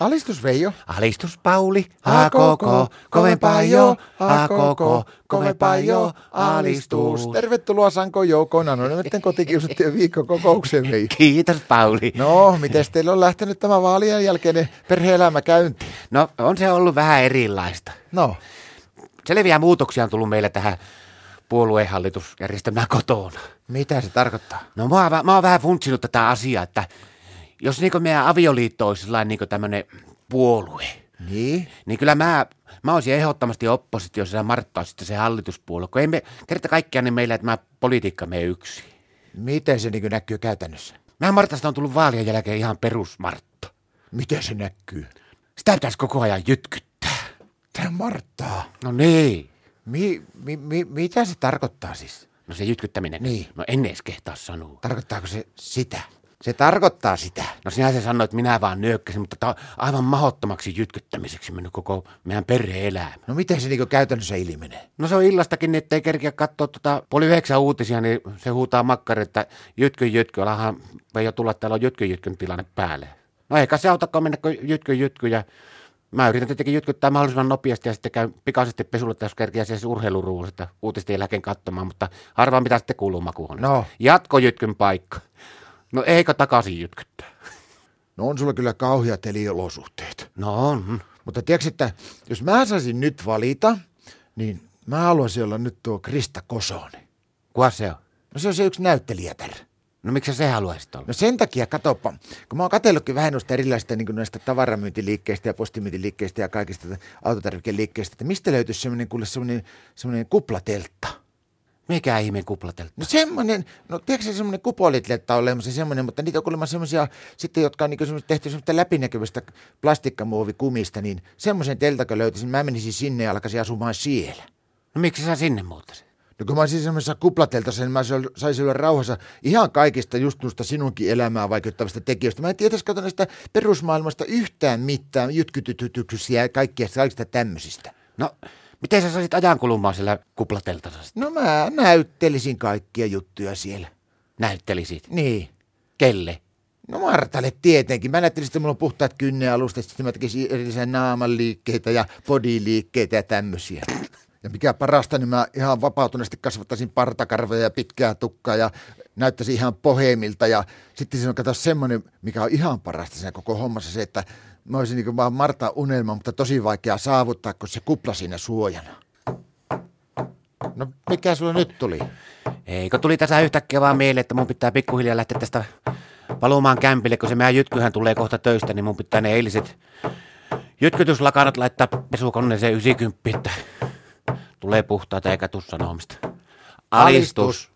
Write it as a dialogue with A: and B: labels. A: Alistus Veijo.
B: Alistus Pauli, a koko, kovempaa jo, a koko, kovempaa jo, alistus.
A: Tervetuloa Sanko Joukona, no nyt kotikiusattiin viikon kokoukseen Veijo.
B: Kiitos Pauli.
A: No, miten teillä on lähtenyt tämä vaalien jälkeinen perhe-elämä käyntiin?
B: No on se ollut vähän erilaista.
A: No,
B: Selviä muutoksia on tullut meillä tähän puoluehallitusjärjestelmään kotona.
A: mitä se tarkoittaa?
B: No mä, oon vä- mä oon vähän funtsinut tätä asiaa, että jos niinku meidän avioliitto olisi sellainen niinku tämmönen puolue,
A: Niin?
B: niin kyllä mä, mä olisin ehdottomasti oppositiossa ja Martta on sitten se hallituspuolue, kun ei me kerta kaikkiaan niin meillä, että mä politiikka me yksin.
A: Miten se niin näkyy käytännössä?
B: Mä Martasta on tullut vaalien jälkeen ihan perus Martta.
A: Miten se näkyy?
B: Sitä pitäisi koko ajan jytkyttää.
A: Tämä Marttaa.
B: No niin.
A: Mi, mi, mi, mitä se tarkoittaa siis?
B: No se jytkyttäminen.
A: Niin.
B: No en edes kehtaa sanoa.
A: Tarkoittaako se sitä? Se tarkoittaa sitä.
B: No sinä se sanoit, että minä vaan nyökkäsin, mutta tämä on aivan mahottomaksi jytkyttämiseksi mennyt koko meidän perhe-elämä.
A: No miten se niin käytännössä ilmenee?
B: No se on illastakin, niin ettei kerkiä katsoa tota puoli yhdeksän uutisia, niin se huutaa makkari, että jytky jytky, alahan jo tulla, täällä on jytky jytkyn tilanne päälle. No eikä se autakaan mennä kuin jytky jytky ja mä yritän tietenkin jytkyttää mahdollisimman nopeasti ja sitten käyn pikaisesti pesulle, että jos kerkiä siis urheiluruusta uutisten jälkeen katsomaan, mutta harvaa mitä sitten kuuluu makuuhuoneesta.
A: No.
B: Jatko jytkyn paikka. No eikö takaisin jytkyttää?
A: No on sulla kyllä kauheat eliolosuhteet.
B: No on.
A: Mutta tiedätkö, että jos mä saisin nyt valita, niin mä haluaisin olla nyt tuo Krista Kosonen.
B: Kuka se on?
A: No se on se yksi näyttelijätär.
B: No miksi sä se haluaisit olla?
A: No sen takia, katoppa, kun mä oon katsellutkin vähän noista erilaisista niin näistä tavaramyyntiliikkeistä ja postimyyntiliikkeistä ja kaikista tä- autotarvikeliikkeistä, että mistä löytyisi semmoinen, kuule, semmoinen, semmoinen kuplateltta?
B: Mikä ihmeen kuplatelta?
A: No semmoinen, no tiedätkö se semmoinen kupolitletta on olemassa semmoinen, mutta niitä on kuulemma semmoisia sitten, jotka on niin semmoista, tehty semmoista läpinäkyvästä plastikkamuovikumista, niin semmoisen teltakö löytäisin, mä menisin sinne ja alkaisin asumaan siellä.
B: No miksi sä sinne muuttasit?
A: No kun mä olisin semmoisessa kuplateltassa, niin mä sol- saisin olla rauhassa ihan kaikista just noista sinunkin elämään vaikuttavista tekijöistä. Mä en tiedä, kato näistä perusmaailmasta yhtään mitään, jytkytytytyksiä ja kaikkia, kaikista tämmöisistä.
B: No, miten sä saisit ajan kulumaan siellä kuplateltassa? sit?
A: No mä näyttelisin kaikkia juttuja siellä.
B: Näyttelisit.
A: Niin.
B: Kelle?
A: No Martalle tietenkin. Mä näyttelin, että mulla on puhtaat kynnealustat, sitten mä tekisin erillisiä naamanliikkeitä ja bodiliikkeitä ja tämmöisiä. Ja mikä parasta, niin mä ihan vapautuneesti kasvattaisin partakarvoja ja pitkää tukkaa ja näyttäisin ihan pohemilta. Ja sitten siinä on kato semmoinen, mikä on ihan parasta siinä koko hommassa, se, että mä olisin niin kuin vaan Marta unelma, mutta tosi vaikea saavuttaa, kun se kupla siinä suojana. No mikä sulla nyt tuli?
B: Eikö tuli tässä yhtäkkiä vaan mieleen, että mun pitää pikkuhiljaa lähteä tästä palumaan kämpille, kun se meidän jytkyhän tulee kohta töistä, niin mun pitää ne eiliset jytkytyslakanat laittaa pesukoneeseen 90, että tulee puhtaata eikä tuu sanomista. Alistus.